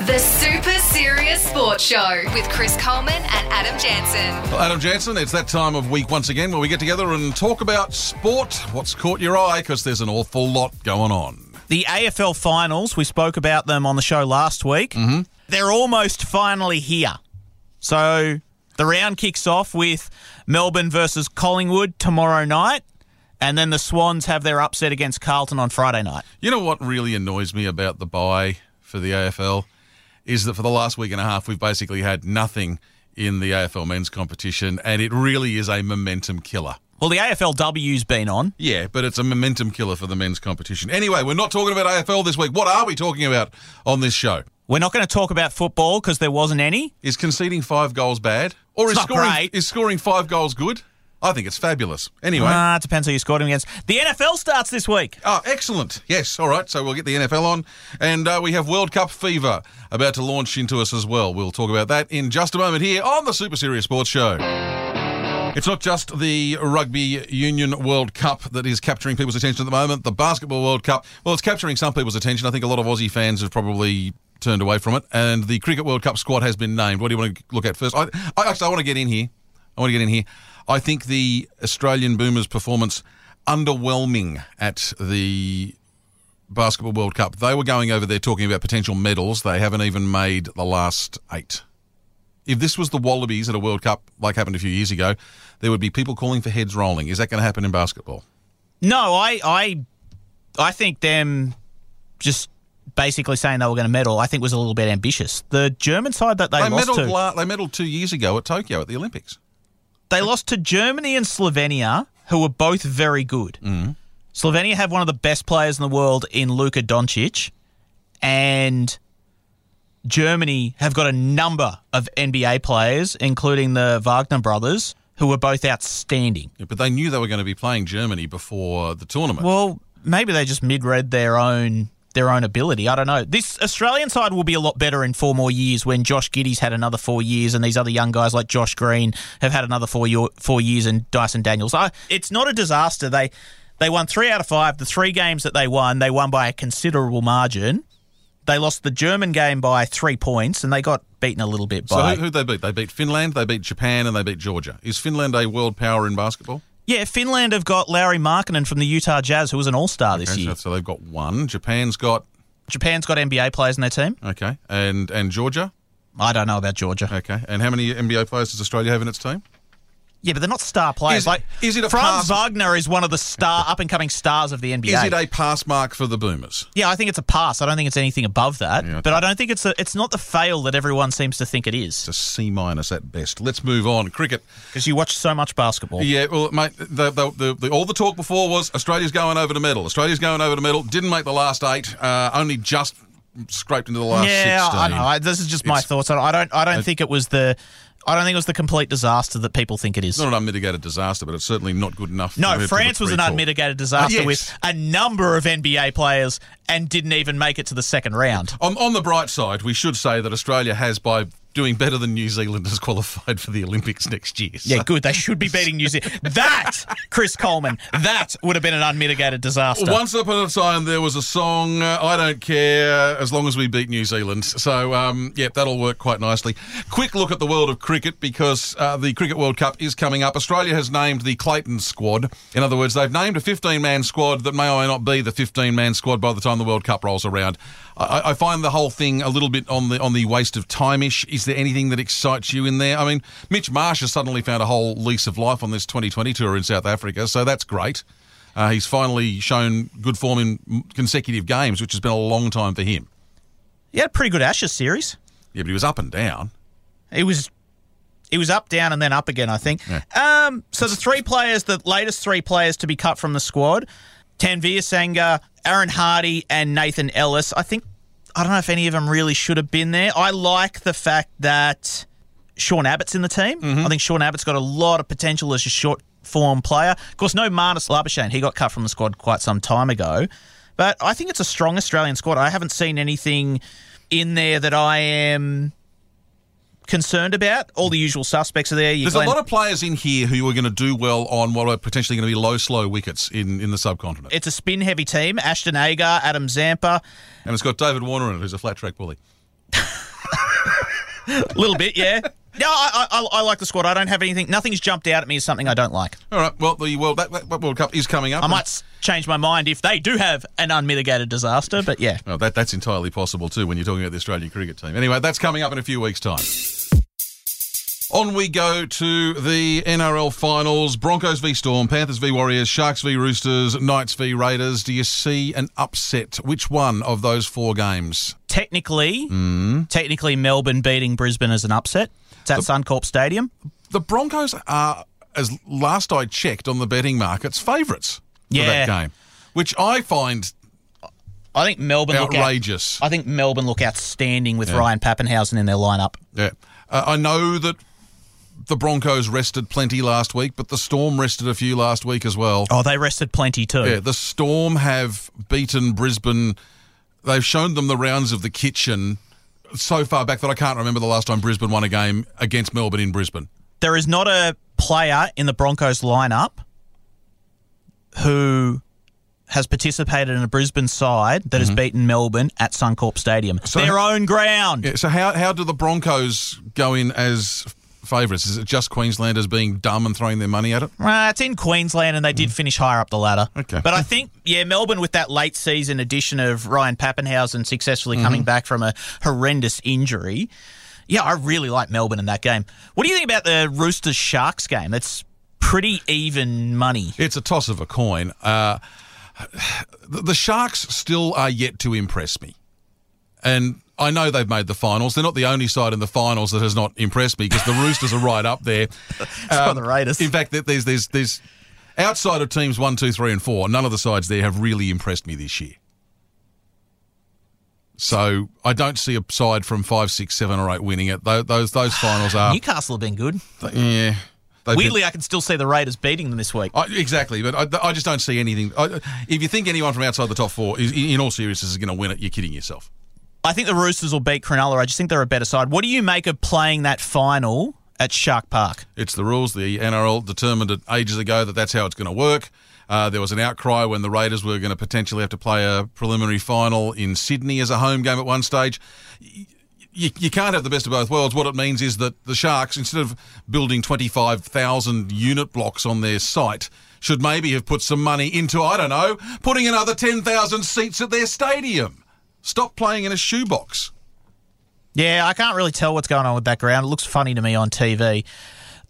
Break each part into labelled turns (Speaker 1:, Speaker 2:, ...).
Speaker 1: The Super Serious Sports Show with Chris Coleman and Adam Jansen.
Speaker 2: Well, Adam Jansen, it's that time of week once again where we get together and talk about sport, what's caught your eye, because there's an awful lot going on.
Speaker 3: The AFL finals, we spoke about them on the show last week. Mm-hmm. They're almost finally here. So the round kicks off with Melbourne versus Collingwood tomorrow night. And then the Swans have their upset against Carlton on Friday night.
Speaker 2: You know what really annoys me about the buy for the AFL? Is that for the last week and a half, we've basically had nothing in the AFL men's competition, and it really is a momentum killer.
Speaker 3: Well, the AFLW's been on.
Speaker 2: Yeah, but it's a momentum killer for the men's competition. Anyway, we're not talking about AFL this week. What are we talking about on this show?
Speaker 3: We're not going to talk about football because there wasn't any.
Speaker 2: Is conceding five goals bad? Or
Speaker 3: It's
Speaker 2: is
Speaker 3: not
Speaker 2: scoring
Speaker 3: great.
Speaker 2: is scoring five goals good? I think it's fabulous. Anyway.
Speaker 3: Ah, it depends who you scored him against. The NFL starts this week.
Speaker 2: Oh, excellent. Yes. All right. So we'll get the NFL on. And uh, we have World Cup fever about to launch into us as well. We'll talk about that in just a moment here on the Super Serious Sports Show. It's not just the Rugby Union World Cup that is capturing people's attention at the moment. The Basketball World Cup, well, it's capturing some people's attention. I think a lot of Aussie fans have probably turned away from it. And the Cricket World Cup squad has been named. What do you want to look at first? I, I actually I want to get in here. I want to get in here. I think the Australian Boomers' performance underwhelming at the Basketball World Cup. They were going over there talking about potential medals. They haven't even made the last eight. If this was the Wallabies at a World Cup, like happened a few years ago, there would be people calling for heads rolling. Is that going to happen in basketball?
Speaker 3: No, I, I, I think them just basically saying they were going to medal. I think was a little bit ambitious. The German side that they,
Speaker 2: They
Speaker 3: lost
Speaker 2: medalled,
Speaker 3: to,
Speaker 2: la- they medalled two years ago at Tokyo at the Olympics.
Speaker 3: they lost to Germany and Slovenia, who were both very good. Slovenia have one of the best players in the world in Luka Doncic, and Germany have got a number of NBA players, including the Wagner brothers, who were both outstanding.
Speaker 2: Yeah, But they knew they were going to be playing Germany before the tournament.
Speaker 3: Well, maybe they just misread their own their own ability. I don't know. This Australian side will be a lot better in four more years when Josh Giddy's had another four years and these other young guys like Josh Green have had another four year, four years and Dyson Daniels. I, it's not a disaster. They they won three out of five. The three games that they won, they won by a considerable margin. They lost the German game by three points and they got beaten a little bit
Speaker 2: so
Speaker 3: by
Speaker 2: who, who'd they beat? They beat Finland, they beat Japan, and they beat Georgia. Is Finland a world power in basketball?
Speaker 3: Yeah, Finland have got Larry Markinen from the Utah Jazz who was an all-star this
Speaker 2: Okay,
Speaker 3: year.
Speaker 2: so- so they've got one. Japan's got
Speaker 3: Japan's got NBA players in their team.
Speaker 2: okay, and and Georgia.
Speaker 3: I don't know about Georgia.
Speaker 2: Okay, and how many NBA players does Australia have in its team?
Speaker 3: Yeah, but they're not star players.
Speaker 2: Is-
Speaker 3: like
Speaker 2: is it a
Speaker 3: Franz
Speaker 2: pass-
Speaker 3: Wagner is one of the star up and coming stars of the NBA.
Speaker 2: Is it a pass mark for the Boomers?
Speaker 3: yeah, I think it's a pass. I don't think it's anything above that.
Speaker 2: Yeah, I
Speaker 3: but I don't think it's a, it's not the fail that everyone seems to think it
Speaker 2: It's
Speaker 3: is
Speaker 2: a C minus at best. Let's move on. Cricket.
Speaker 3: because you watch so much basketball.
Speaker 2: Yeah, well, mate, the, the, the, the, all the talk before was Australia's going over to medal. Australia's going over to medal. Didn't make the last eight. Uh, only just scraped into the last
Speaker 3: Yeah,
Speaker 2: 16.
Speaker 3: I know. I, this is just my
Speaker 2: It's-
Speaker 3: thoughts. on it. I don't I don't think it was the I don't think it was the complete disaster that people think it is.
Speaker 2: Not an unmitigated disaster, but it's certainly not good enough.
Speaker 3: No,
Speaker 2: compared to the
Speaker 3: France was an
Speaker 2: pre-talk.
Speaker 3: unmitigated disaster
Speaker 2: Yes.
Speaker 3: with a number of NBA players and didn't even make it to the second round.
Speaker 2: On, on the bright side, we should say that Australia has, by doing better than New Zealand, has qualified for the Olympics next year. So-
Speaker 3: Yeah, good. They should be beating New Zealand. That, Chris Coleman, that would have been an unmitigated disaster.
Speaker 2: Once upon a time, there was a song, uh, I Don't Care, as long as we beat New Zealand. So, um, yeah, that'll work quite nicely. Quick look at the world of cricket because uh, the Cricket World Cup is coming up. Australia has named the Clayton squad. In other words, they've named a 15 man squad that may or may not be the 15 man squad by the time the World Cup rolls around. I, I find the whole thing a little bit on the on the waste of time ish. Is there anything that excites you in there? I mean, Mitch Marsh has suddenly found a whole lease of life on this 2020 tour in South Africa, so that's great. Uh, he's finally shown good form in m- consecutive games, which has been a long time for him.
Speaker 3: He had a pretty good Ashes series.
Speaker 2: Yeah, but he was up and down.
Speaker 3: It was it was up, down, and then up again, I think. Um, so the three players, the latest three players to be cut from the squad, Tanvir Sanger, Aaron Hardy, and Nathan Ellis. I think I don't know if any of them really should have been there. I like the fact that Sean Abbott's in the team.
Speaker 2: Mm-hmm.
Speaker 3: I think Sean Abbott's got a lot of potential as a short form player. Of course, no Marnus Labuschagne. He got cut from the squad quite some time ago. But I think it's a strong Australian squad. I haven't seen anything in there that I am concerned about. All the usual suspects are there. You
Speaker 2: There's a lot of players in here who are going to do well on what are potentially going to be low, slow wickets in, in the subcontinent.
Speaker 3: it's a spin heavy team. Ashton Agar, Adam Zampa.
Speaker 2: and it's got David Warner in it, who's a flat track bully.
Speaker 3: A little bit, yeah. No, I, I, I like the squad. I don't have anything. Nothing's jumped out at me as something I don't like.
Speaker 2: All right. Well, the World that, that World Cup is coming up.
Speaker 3: I might s- change my mind if they do have an unmitigated disaster, but yeah.
Speaker 2: Well, that, that's entirely possible too when you're talking about the Australian cricket team. Anyway, that's coming up in a few weeks' time. On we go to the NRL finals Broncos v Storm, Panthers v Warriors, Sharks v Roosters, Knights v Raiders. Do you see an upset? Which one of those four games?
Speaker 3: Technically, Mm. technically Melbourne beating Brisbane is an upset. It's at Suncorp Stadium.
Speaker 2: The Broncos are, as last I checked on the betting markets, favourites for
Speaker 3: Yeah.
Speaker 2: that game, which I find
Speaker 3: I think Melbourne look out-
Speaker 2: outrageous.
Speaker 3: I think Melbourne look outstanding with Ryan Pappenhausen in their lineup.
Speaker 2: Yeah. Uh, I know that the Broncos rested plenty last week, but the Storm rested a few last week as well.
Speaker 3: Oh, they rested plenty too.
Speaker 2: Yeah, the Storm have beaten Brisbane. They've shown them the rounds of the kitchen so far back that I can't remember the last time Brisbane won a game against Melbourne in Brisbane.
Speaker 3: There is not a player in the Broncos lineup who has participated in a Brisbane side that has beaten Melbourne at Suncorp Stadium,
Speaker 2: Mm-hmm. So-
Speaker 3: their own ground.
Speaker 2: Yeah, so how how do the Broncos go in as favourites? Is it just Queenslanders being dumb and throwing their money at it?
Speaker 3: Uh, it's in Queensland, and they did finish higher up the ladder.
Speaker 2: Okay.
Speaker 3: but I think yeah, Melbourne with that late season addition of Ryan Pappenhausen successfully coming back from a horrendous injury. Yeah, I really like Melbourne in that game. What do you think about the Roosters Sharks game? That's pretty even money.
Speaker 2: It's a toss of a coin. Uh, the the Sharks still are yet to impress me. And I know they've made the finals. They're not the only side in the finals that has not impressed me because the Roosters are right up there.
Speaker 3: the Raiders.
Speaker 2: In fact, there- there's, there's, there's outside of teams one, two, three, and four, none of the sides there have really impressed me this year. So I don't see a side from five, six, seven, or eight winning it. Tho- Those those finals are
Speaker 3: Newcastle have been good.
Speaker 2: yeah. They've been-
Speaker 3: Weirdly, I can still see the Raiders beating them this week.
Speaker 2: I, exactly, but I, I just don't see anything. I, if you think anyone from outside the top four, is, in all seriousness, is going to win it, you're kidding yourself.
Speaker 3: I think the Roosters will beat Cronulla. I just think they're a better side. What do you make of playing that final at Shark Park?
Speaker 2: It's the rules. The NRL determined it ages ago that that's how it's going to work. Uh, there was an outcry when the Raiders were going to potentially have to play a preliminary final in Sydney as a home game at one stage. Y- You, you can't have the best of both worlds. What it means is that the Sharks, instead of building 25,000 unit blocks on their site, should maybe have put some money into, I don't know, putting another 10,000 seats at their stadium. Stop playing in a shoebox.
Speaker 3: Yeah, I can't really tell what's going on with that ground. It looks funny to me on TV.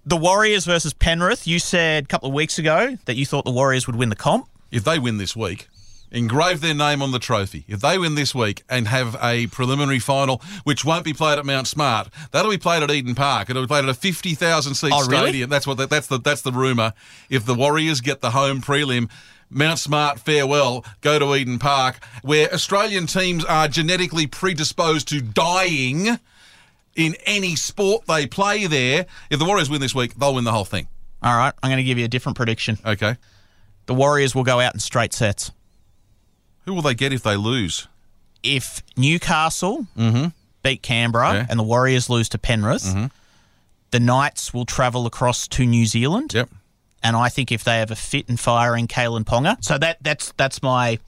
Speaker 3: The Warriors versus Penrith. You said a couple of weeks ago that you thought the Warriors would win the comp.
Speaker 2: if they win this week, engrave their name on the trophy. If they win this week and have a preliminary final, which won't be played at Mount Smart, that'll be played at Eden Park. It'll be played at a fifty thousand seat
Speaker 3: Oh, really?
Speaker 2: stadium. That's what the, that's the that's the rumor. If the Warriors get the home prelim. Mount Smart, farewell. Go to Eden Park, where Australian teams are genetically predisposed to dying in any sport they play there. If the Warriors win this week, they'll win the whole thing.
Speaker 3: All right, I'm going to give you a different prediction.
Speaker 2: Okay.
Speaker 3: The Warriors will go out in straight sets.
Speaker 2: Who will they get if they lose?
Speaker 3: If Newcastle beat Canberra
Speaker 2: Mm-hmm. Yeah. Mm-hmm.
Speaker 3: and the Warriors lose to Penrith, the Knights will travel across to New Zealand.
Speaker 2: Yep.
Speaker 3: and I think if they have a fit and firing Kalen Ponga, so that that's that's my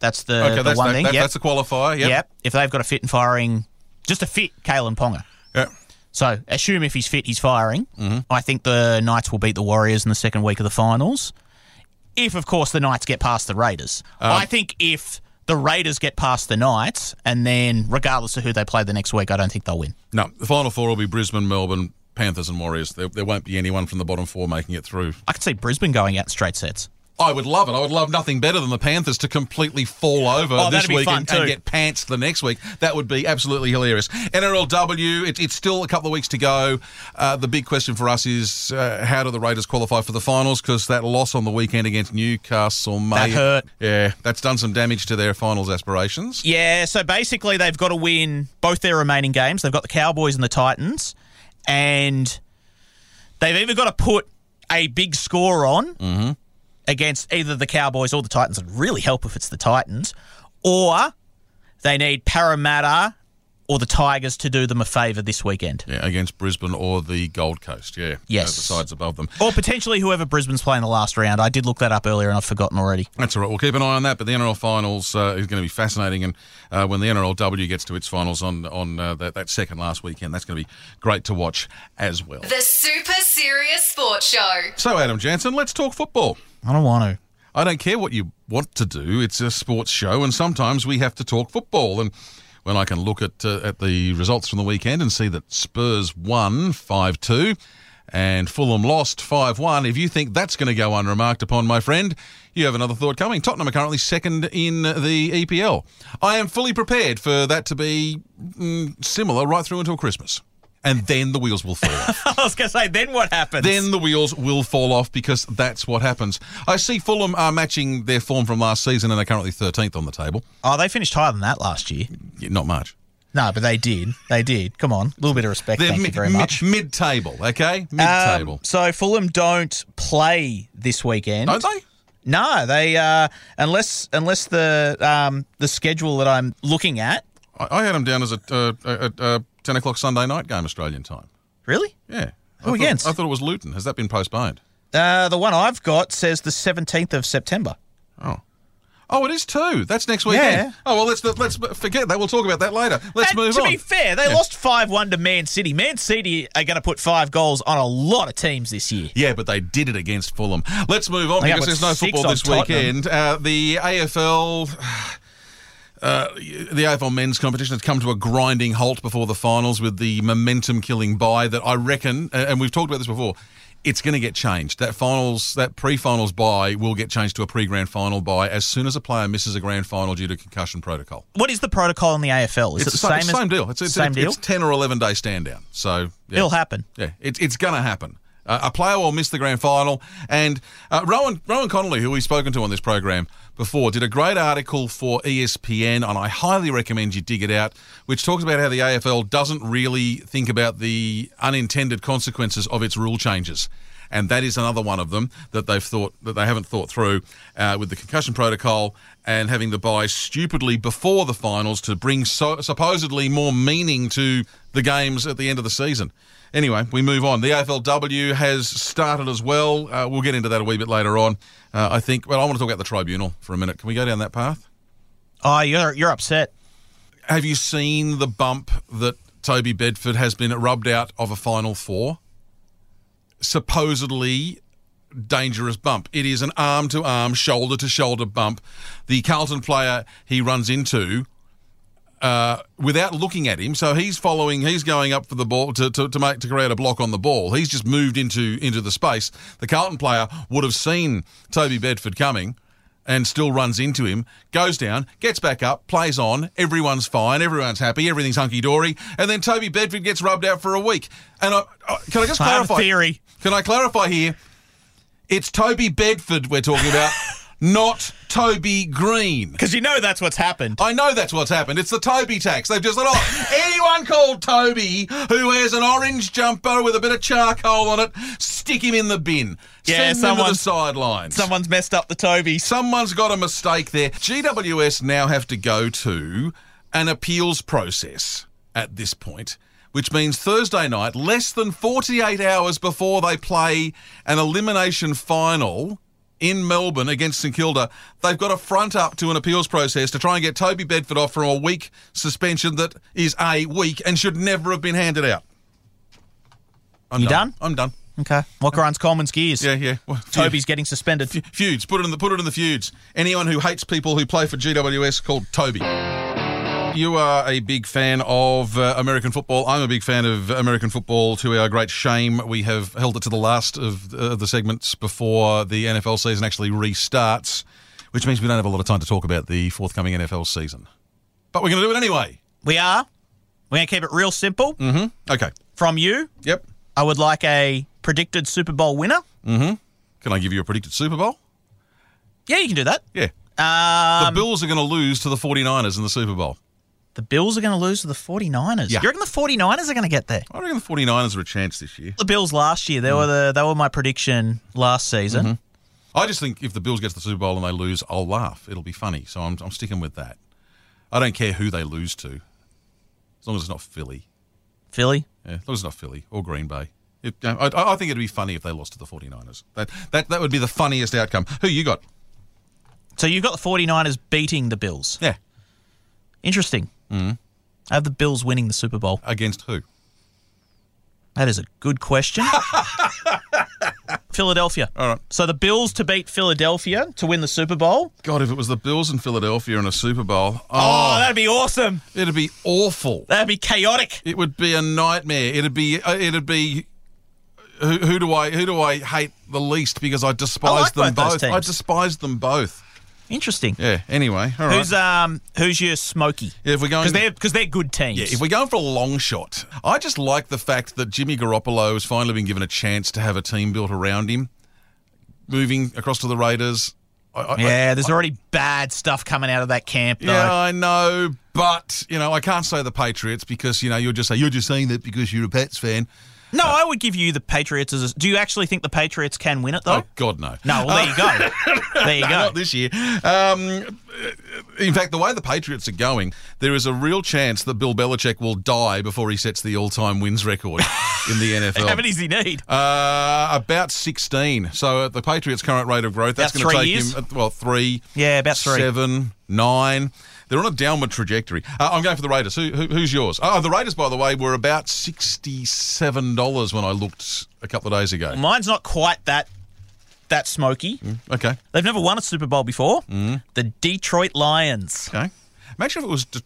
Speaker 3: that's the,
Speaker 2: Okay,
Speaker 3: Uh, the
Speaker 2: that's,
Speaker 3: one
Speaker 2: that,
Speaker 3: thing.
Speaker 2: that-
Speaker 3: yep.
Speaker 2: that's a qualifier. Yep.
Speaker 3: Yep. If they've got a fit and firing, just a fit Kalen Ponga.
Speaker 2: Yeah.
Speaker 3: So assume if he's fit, he's firing. I think the Knights will beat the Warriors in the second week of the finals. If of course the Knights get past the Raiders, I think if the Raiders get past the Knights, and then regardless of who they play the next week, I don't think they'll win.
Speaker 2: No, the final four will be Brisbane, Melbourne, Panthers, and Warriors. There, there won't be anyone from the bottom four making it through.
Speaker 3: I could see Brisbane going out in straight sets.
Speaker 2: I would love it. I would love nothing better than the Panthers to completely fall over
Speaker 3: Oh,
Speaker 2: this
Speaker 3: that'd be
Speaker 2: week
Speaker 3: fun
Speaker 2: and, and
Speaker 3: too.
Speaker 2: get pantsed the next week. That would be absolutely hilarious. NRLW, it, it's still a couple of weeks to go. Uh, the big question for us is uh, how do the Raiders qualify for the finals? Because that loss on the weekend against Newcastle may
Speaker 3: That hurt.
Speaker 2: Yeah, that's done some damage to their finals aspirations.
Speaker 3: Yeah, so basically they've got to win both their remaining games. They've got the Cowboys and the Titans, and they've either got to put a big score on against either the Cowboys or the Titans. It'd really help if it's the Titans, or they need Parramatta or the Tigers to do them a favour this weekend.
Speaker 2: Yeah, against Brisbane or the Gold Coast. Yeah. Uh,
Speaker 3: Yes.
Speaker 2: the sides above them.
Speaker 3: Or potentially whoever Brisbane's playing the last round. I did look that up earlier and I've forgotten already.
Speaker 2: That's all right. We'll keep an eye on that. But the NRL finals uh, is going to be fascinating, and uh, when the NRLW gets to its finals on on uh, that, that second last weekend, that's going to be great to watch as well.
Speaker 1: The Super Serious Sports Show.
Speaker 2: So, Adam Jansen, let's talk football.
Speaker 3: I don't want to.
Speaker 2: I don't care what you want to do. It's a sports show, and sometimes we have to talk football. And when I can look at uh, at the results from the weekend and see that Spurs won five two, and Fulham lost five one, if you think that's going to go unremarked upon, my friend, you have another thought coming. Tottenham are currently second in the EPL. I am fully prepared for that to be mm, similar right through until Christmas, and then the wheels will fall. off.
Speaker 3: I was going to say, then what happens?
Speaker 2: Then the wheels will fall off because that's what happens. I see Fulham are matching their form from last season and they're currently 13th on the table.
Speaker 3: oh, they finished higher than that last year.
Speaker 2: Yeah, not much.
Speaker 3: No, but they did. They did. Come on. A little bit of respect.
Speaker 2: They're
Speaker 3: Thank
Speaker 2: mi-
Speaker 3: you very much.
Speaker 2: mi- mid-table, okay?
Speaker 3: Um,
Speaker 2: Mid-table.
Speaker 3: so Fulham don't play this weekend.
Speaker 2: Don't they?
Speaker 3: No, they uh, unless unless the um, the schedule that I'm looking at.
Speaker 2: I, I had them down as a, uh, a, a, a 10 o'clock Sunday night game Australian time.
Speaker 3: Really?
Speaker 2: Yeah. I
Speaker 3: Who
Speaker 2: thought-
Speaker 3: against?
Speaker 2: I thought it was Luton. Has that been postponed?
Speaker 3: Uh, the one I've got says the 17th of September.
Speaker 2: Oh, it is too. That's next weekend.
Speaker 3: Yeah.
Speaker 2: Oh well, let's let's forget that. We'll talk about that later. Let's
Speaker 3: And
Speaker 2: move
Speaker 3: to
Speaker 2: on.
Speaker 3: be fair, they
Speaker 2: Yeah.
Speaker 3: lost 5 1 to Man City. Man City are going to put five goals on a lot of teams this year.
Speaker 2: Yeah, but they did it against Fulham. Let's move on
Speaker 3: They
Speaker 2: because
Speaker 3: got
Speaker 2: there's no
Speaker 3: six
Speaker 2: football
Speaker 3: on
Speaker 2: this
Speaker 3: Tottenham.
Speaker 2: weekend. Uh, the AFL. Uh, the AFL men's competition has come to a grinding halt before the finals with the momentum killing bye that I reckon, a- and we've talked about this before, it's going to get changed. That finals, that pre finals bye will get changed to a pre grand final bye as soon as a player misses a grand final due to concussion protocol.
Speaker 3: What is the protocol in the AFL? Is
Speaker 2: It's,
Speaker 3: it
Speaker 2: the same,
Speaker 3: the same,
Speaker 2: it's
Speaker 3: as
Speaker 2: same deal. It's, it's,
Speaker 3: same
Speaker 2: it's,
Speaker 3: deal?
Speaker 2: it's 10 or 11 day stand down. So yeah.
Speaker 3: It'll happen.
Speaker 2: Yeah, it's it's going to happen. Uh, a player will miss the grand final, and uh, Rowan Rowan Connolly, who we've spoken to on this program before, did a great article for E ESPN, and I highly recommend you dig it out. Which talks about how the AFL doesn't really think about the unintended consequences of its rule changes, and that is another one of them that they've thought that they haven't thought through uh, with the concussion protocol and having the buy stupidly before the finals to bring so, supposedly more meaning to the games at the end of the season. Anyway, we move on. The AFLW has started as well. Uh, we'll get into that a wee bit later on, uh, I think. Well, I want to talk about the tribunal for a minute. Can we go down that path?
Speaker 3: Oh, you're, you're upset.
Speaker 2: Have you seen the bump that Toby Bedford has been rubbed out of a Final Four? Supposedly dangerous bump. It is an arm to arm, shoulder to shoulder bump. The Carlton player he runs into uh, without looking at him. So he's following. He's going up for the ball to, to, to make to create a block on the ball. He's just moved into into the space. The Carlton player would have seen Toby Bedford coming. And still runs into him, goes down, gets back up, plays on. Everyone's fine, everyone's happy, everything's hunky dory. And then Toby Bedford gets rubbed out for a week. And I, I- can I just
Speaker 3: Farm
Speaker 2: clarify?
Speaker 3: theory.
Speaker 2: Can I clarify here? It's Toby Bedford we're talking about, not Toby Green.
Speaker 3: Because you know that's what's happened.
Speaker 2: I know that's what's happened. It's the Toby tax. They've just said, oh, anyone called Toby who wears an orange jumper with a bit of charcoal on it, stick him in the bin.
Speaker 3: Yeah,
Speaker 2: Send him to the
Speaker 3: someone-
Speaker 2: sidelines.
Speaker 3: Someone's messed up the Tobies.
Speaker 2: Someone's got a mistake there. GWS now have to go to an appeals process at this point, which means Thursday night, less than 48 hours before they play an elimination final in Melbourne against St Kilda, they've got to front up to an appeals process to try and get Toby Bedford off from a week suspension that is a week and should never have been handed out. I'm
Speaker 3: You done?
Speaker 2: I'm done.
Speaker 3: Okay. What grinds Coleman's gears?
Speaker 2: Yeah, yeah. Well,
Speaker 3: Toby's getting suspended.
Speaker 2: Feuds. Put it in the put it in the feuds. Anyone who hates people who play for GWS called Toby. You are a big fan of uh, American football. I'm a big fan of American football. To our great shame, we have held it to the last of uh, the segments before the NFL season actually restarts, which means we don't have a lot of time to talk about the forthcoming NFL season. But we're going to do it anyway.
Speaker 3: We are. We're going to keep it real simple.
Speaker 2: Okay.
Speaker 3: From you,
Speaker 2: Yep.
Speaker 3: I would like a predicted Super Bowl winner.
Speaker 2: Can I give you a predicted Super Bowl?
Speaker 3: Yeah, you can do that.
Speaker 2: Yeah. the
Speaker 3: Um,
Speaker 2: Bills are going to lose to the 49ers in the Super Bowl.
Speaker 3: the Bills are going to lose to the 49ers.
Speaker 2: Yeah.
Speaker 3: You reckon the 49ers are going to get there?
Speaker 2: I reckon the 49ers are a chance this year.
Speaker 3: The Bills last year, they were the they were my prediction last season.
Speaker 2: I just think if the Bills get to the Super Bowl and they lose, I'll laugh. It'll be funny. So I'm, I'm sticking with that. I don't care who they lose to, as long as it's not Philly.
Speaker 3: Philly.
Speaker 2: Yeah, as long as it's not Philly or Green Bay. If, you know, I, I think it'd be funny if they lost to the 49ers. That, that that would be the funniest outcome. Who you got?
Speaker 3: So you've got the 49ers beating the Bills.
Speaker 2: Yeah.
Speaker 3: Interesting. Mm. I have the Bills winning the Super Bowl.
Speaker 2: Against who?
Speaker 3: That is a good question. Philadelphia. All
Speaker 2: right.
Speaker 3: So the Bills to beat Philadelphia to win the Super Bowl.
Speaker 2: God, if it was the Bills in Philadelphia in a Super Bowl, oh,
Speaker 3: that'd be awesome.
Speaker 2: it'd be awful.
Speaker 3: That'd be chaotic.
Speaker 2: It would be a nightmare. It'd be uh, it'd be who, who do I who do I hate the least because I despise
Speaker 3: like
Speaker 2: them
Speaker 3: both those
Speaker 2: both. I
Speaker 3: teams.
Speaker 2: despise them both.
Speaker 3: Interesting.
Speaker 2: Yeah. Anyway, all right.
Speaker 3: Who's um who's your Smoky?
Speaker 2: Yeah, if we're going-
Speaker 3: because they're because they're good teams.
Speaker 2: Yeah, if we're going for a long shot, I just like the fact that Jimmy Garoppolo has finally been given a chance to have a team built around him. Moving across to the Raiders. I, I,
Speaker 3: Yeah, there's already bad stuff coming out of that camp. Though.
Speaker 2: Yeah, I know, but you know, I can't say the Patriots because you know you'll just say you're just saying that because you're a Pats fan.
Speaker 3: No, I would give you the Patriots as. A, do you actually think the Patriots can win it though?
Speaker 2: Oh God, no.
Speaker 3: No, well, there you go. There you go.
Speaker 2: Not this year. Um, in fact, the way the Patriots are going, there is a real chance that Bill Belichick will die before he sets the all-time wins record in the NFL.
Speaker 3: How many does he need?
Speaker 2: Uh, about 16. So at the Patriots' current rate of growth, that's
Speaker 3: About
Speaker 2: going to
Speaker 3: three
Speaker 2: take
Speaker 3: years?
Speaker 2: him, uh, well, three.
Speaker 3: Yeah, about three.
Speaker 2: Seven, nine. They're on a downward trajectory. Uh, I'm going for the Raiders. Who, who, who's yours? Oh, the Raiders, by the way, were about $67 when I looked a couple of days ago.
Speaker 3: Mine's not quite that that smoky.
Speaker 2: Okay,
Speaker 3: They've never won a Super Bowl before.
Speaker 2: Mm.
Speaker 3: The Detroit Lions.
Speaker 2: okay. Imagine if it was. De-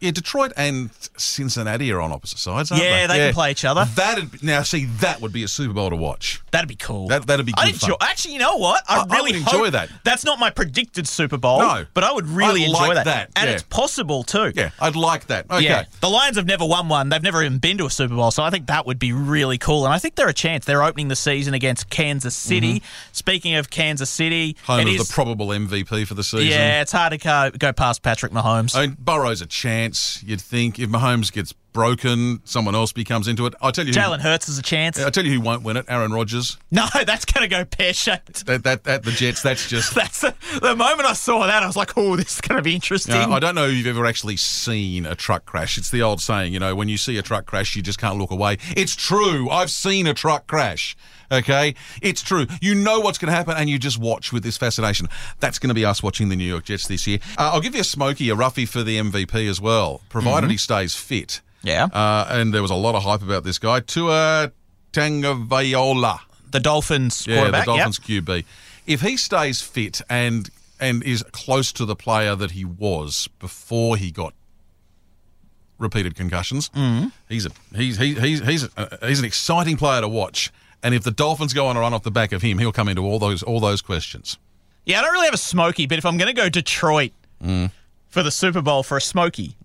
Speaker 2: yeah, Detroit and Cincinnati are on opposite sides, aren't
Speaker 3: Yeah,
Speaker 2: they?
Speaker 3: they can play each other.
Speaker 2: That'd be, now, see, that would be a Super Bowl to watch.
Speaker 3: That'd be cool.
Speaker 2: That- that'd be
Speaker 3: I'd
Speaker 2: good fun.
Speaker 3: enjoy- Actually, you know what? I,
Speaker 2: I- I
Speaker 3: really
Speaker 2: would
Speaker 3: hope-
Speaker 2: enjoy that.
Speaker 3: That's not my predicted Super Bowl.
Speaker 2: No.
Speaker 3: but I would really
Speaker 2: I
Speaker 3: enjoy
Speaker 2: like
Speaker 3: that.
Speaker 2: that,
Speaker 3: And
Speaker 2: yeah.
Speaker 3: it's possible too.
Speaker 2: Yeah, I'd like that. Okay.
Speaker 3: Yeah. The Lions have never won one. They've never even been to a Super Bowl, so I think that would be really cool. And I think they're a chance. They're opening the season against Kansas City. Speaking of Kansas City,
Speaker 2: Mm-hmm. Home
Speaker 3: it
Speaker 2: of
Speaker 3: is-
Speaker 2: the probable MVP for the season. Oh.
Speaker 3: yeah, it's hard to go, go past Patrick Mahomes.
Speaker 2: I mean, Burrow's a chance. You'd think if Mahomes gets broken, someone else becomes into it. I tell you,
Speaker 3: Jalen Hurts is a chance.
Speaker 2: I tell you who won't win it. Aaron Rodgers.
Speaker 3: No, that's going to go pear shaped.
Speaker 2: That that that the Jets. That's just.
Speaker 3: That's the moment I saw that, I was like, oh, this is going to be interesting.
Speaker 2: you know, I don't know if you've ever actually seen a truck crash. It's the old saying, you know, when you see a truck crash, you just can't look away. It's true. I've seen a truck crash. Okay, it's true. You know what's going to happen, and you just watch with this fascination. That's going to be us watching the New York Jets this year. Uh, I'll give you a Smokey, a Ruffy for the MVP as well, provided he stays fit.
Speaker 3: Mm-hmm. Yeah.
Speaker 2: Uh, and there was a lot of hype about this guy. Tua Tagovailoa.
Speaker 3: the Dolphins
Speaker 2: Yeah, the
Speaker 3: quarterback. yep.
Speaker 2: Dolphins QB. If he stays fit and and is close to the player that he was before he got repeated concussions,
Speaker 3: Mm-hmm.
Speaker 2: he's a he's he's he's he's, a, he's an exciting player to watch. And if the Dolphins go on a run off the back of him, he'll come into all those all those questions.
Speaker 3: Yeah, I don't really have a smoky, but if I'm going to go Detroit for the Super Bowl for a smoky,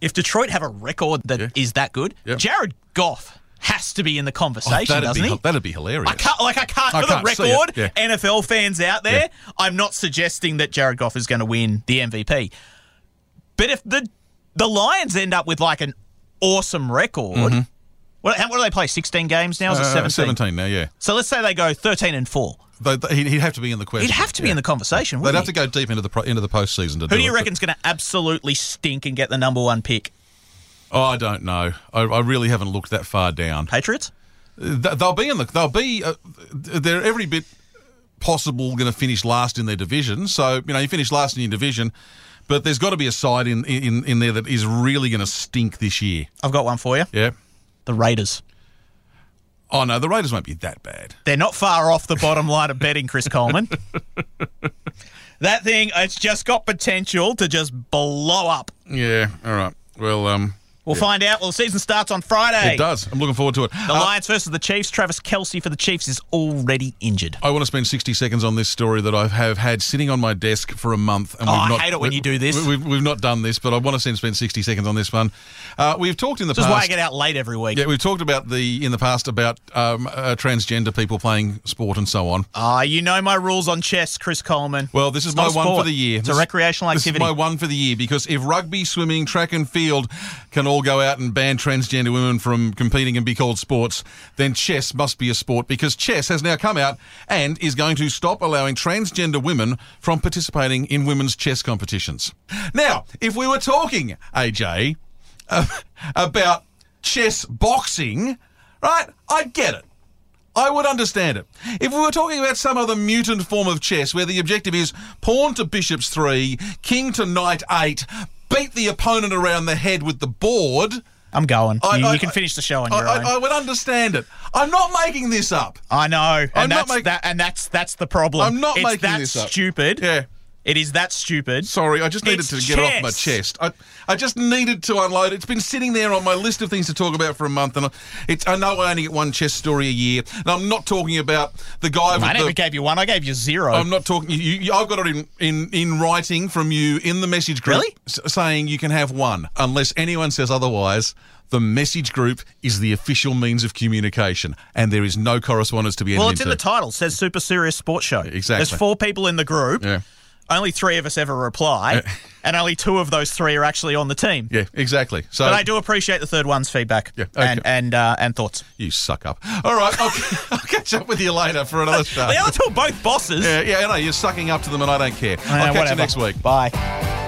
Speaker 3: if Detroit have a record that is that good,
Speaker 2: Yep.
Speaker 3: Jared Goff has to be in the conversation,
Speaker 2: Oh, that'd
Speaker 3: doesn't
Speaker 2: be
Speaker 3: he?
Speaker 2: hi- that'd be hilarious.
Speaker 3: I can't, like, I can't,
Speaker 2: I
Speaker 3: for
Speaker 2: can't see
Speaker 3: the
Speaker 2: it,
Speaker 3: record,
Speaker 2: yeah.
Speaker 3: NFL fans out there, I'm not suggesting that Jared Goff is going to win the MVP. But if the the Lions end up with like an awesome record, what, how, what do they play? 16 games now? Is it
Speaker 2: Mm-hmm. Uh,
Speaker 3: 17?
Speaker 2: 17 now, yeah.
Speaker 3: So let's say they go 13 and 4.
Speaker 2: They, they, he'd- he'd have to be in the question.
Speaker 3: He'd have to be
Speaker 2: yeah.
Speaker 3: in the conversation,
Speaker 2: They'd
Speaker 3: wouldn't
Speaker 2: have
Speaker 3: he?
Speaker 2: to go deep into the pro, into the postseason to do
Speaker 3: Who do
Speaker 2: it,
Speaker 3: you
Speaker 2: but-
Speaker 3: reckon's going to absolutely stink and get the number one pick?
Speaker 2: Oh, I don't know. I, I really haven't looked that far down.
Speaker 3: Patriots?
Speaker 2: Th- They'll be in the. They'll be. Uh, they're every bit possible going to finish last in their division. So you know you finish last in your division, but there's got to be a side in in in there that is really going to stink this year.
Speaker 3: I've got one for you.
Speaker 2: Yeah.
Speaker 3: The Raiders.
Speaker 2: Oh no, the Raiders won't be that bad.
Speaker 3: They're not far off the bottom line of betting, Chris Coleman. that thing, it's just got potential to just blow up.
Speaker 2: Yeah. All right. Well, um,
Speaker 3: We'll find out. Well, the season starts on Friday.
Speaker 2: it does. I'm looking forward to it.
Speaker 3: The
Speaker 2: Uh,
Speaker 3: Lions versus the Chiefs. Travis Kelsey for the Chiefs is already injured.
Speaker 2: I want to spend 60 seconds on this story that I have had sitting on my desk for a month. And
Speaker 3: Oh,
Speaker 2: we've
Speaker 3: I
Speaker 2: not,
Speaker 3: hate it when
Speaker 2: we-
Speaker 3: you do this.
Speaker 2: we- We've, we've not done this, but I want to spend 60 seconds on this one. Uh, we've talked in the
Speaker 3: This is
Speaker 2: past.
Speaker 3: why I get out late every week.
Speaker 2: Yeah, we've talked about the in the past about um, uh, transgender people playing sport and so on.
Speaker 3: Ah, you know my rules on chess, Chris Coleman.
Speaker 2: Well, this is my
Speaker 3: not a
Speaker 2: one for
Speaker 3: sport.
Speaker 2: the year.
Speaker 3: It's
Speaker 2: This-
Speaker 3: a recreational
Speaker 2: This is
Speaker 3: activity.
Speaker 2: my one for the year because if rugby, swimming, track and field can all go out and ban transgender women from competing and be called sports, then chess must be a sport because chess has now come out and is going to stop allowing transgender women from participating in women's chess competitions. Now, if we were talking, AJ, uh, about chess boxing, right? I get it. I would understand it. If we were talking about some other mutant form of chess where the objective is pawn to bishop's three, king to knight eight, beat the opponent around the head with the board,
Speaker 3: I'm going.
Speaker 2: I-
Speaker 3: you,
Speaker 2: I-
Speaker 3: you can finish the show on
Speaker 2: I,
Speaker 3: your own.
Speaker 2: I, I would understand it. I'm not making this up.
Speaker 3: I know, and
Speaker 2: I'm not
Speaker 3: that's
Speaker 2: make-
Speaker 3: that, and that's that's the problem.
Speaker 2: I'm not
Speaker 3: it's
Speaker 2: making
Speaker 3: that
Speaker 2: this up.
Speaker 3: stupid.
Speaker 2: Yeah.
Speaker 3: it is that stupid.
Speaker 2: Sorry, I just needed
Speaker 3: It's
Speaker 2: to get it off my
Speaker 3: chess.
Speaker 2: chest. I, I just needed to unload. It's been sitting there on my list of things to talk about for a month, and I, it's, I know I only get one chess story a year, and I'm not talking about the guy with
Speaker 3: I never
Speaker 2: the.
Speaker 3: gave you one. I gave you 0
Speaker 2: I'm not talking. You, you, I've got it in, in, in writing from you in the message group
Speaker 3: Really?
Speaker 2: s- saying you can have one unless anyone says otherwise. The message group is the official means of communication, and there is no correspondence to be entered
Speaker 3: well, it's in
Speaker 2: into.
Speaker 3: the title. Says Super Serious Sports Show.
Speaker 2: exactly.
Speaker 3: There's four people in the group.
Speaker 2: Yeah.
Speaker 3: Only three of us ever reply, and only two of those three are actually on the team.
Speaker 2: yeah, exactly. So
Speaker 3: But I do appreciate the third one's feedback
Speaker 2: Yeah,
Speaker 3: and
Speaker 2: okay.
Speaker 3: and uh, and thoughts.
Speaker 2: you suck up. All right, I'll, I'll catch up with you later for another show.
Speaker 3: The other two are both bosses.
Speaker 2: Yeah, yeah, I know. You're sucking up to them, and I don't care.
Speaker 3: Uh,
Speaker 2: I'll catch
Speaker 3: whatever.
Speaker 2: you next week.
Speaker 3: Bye.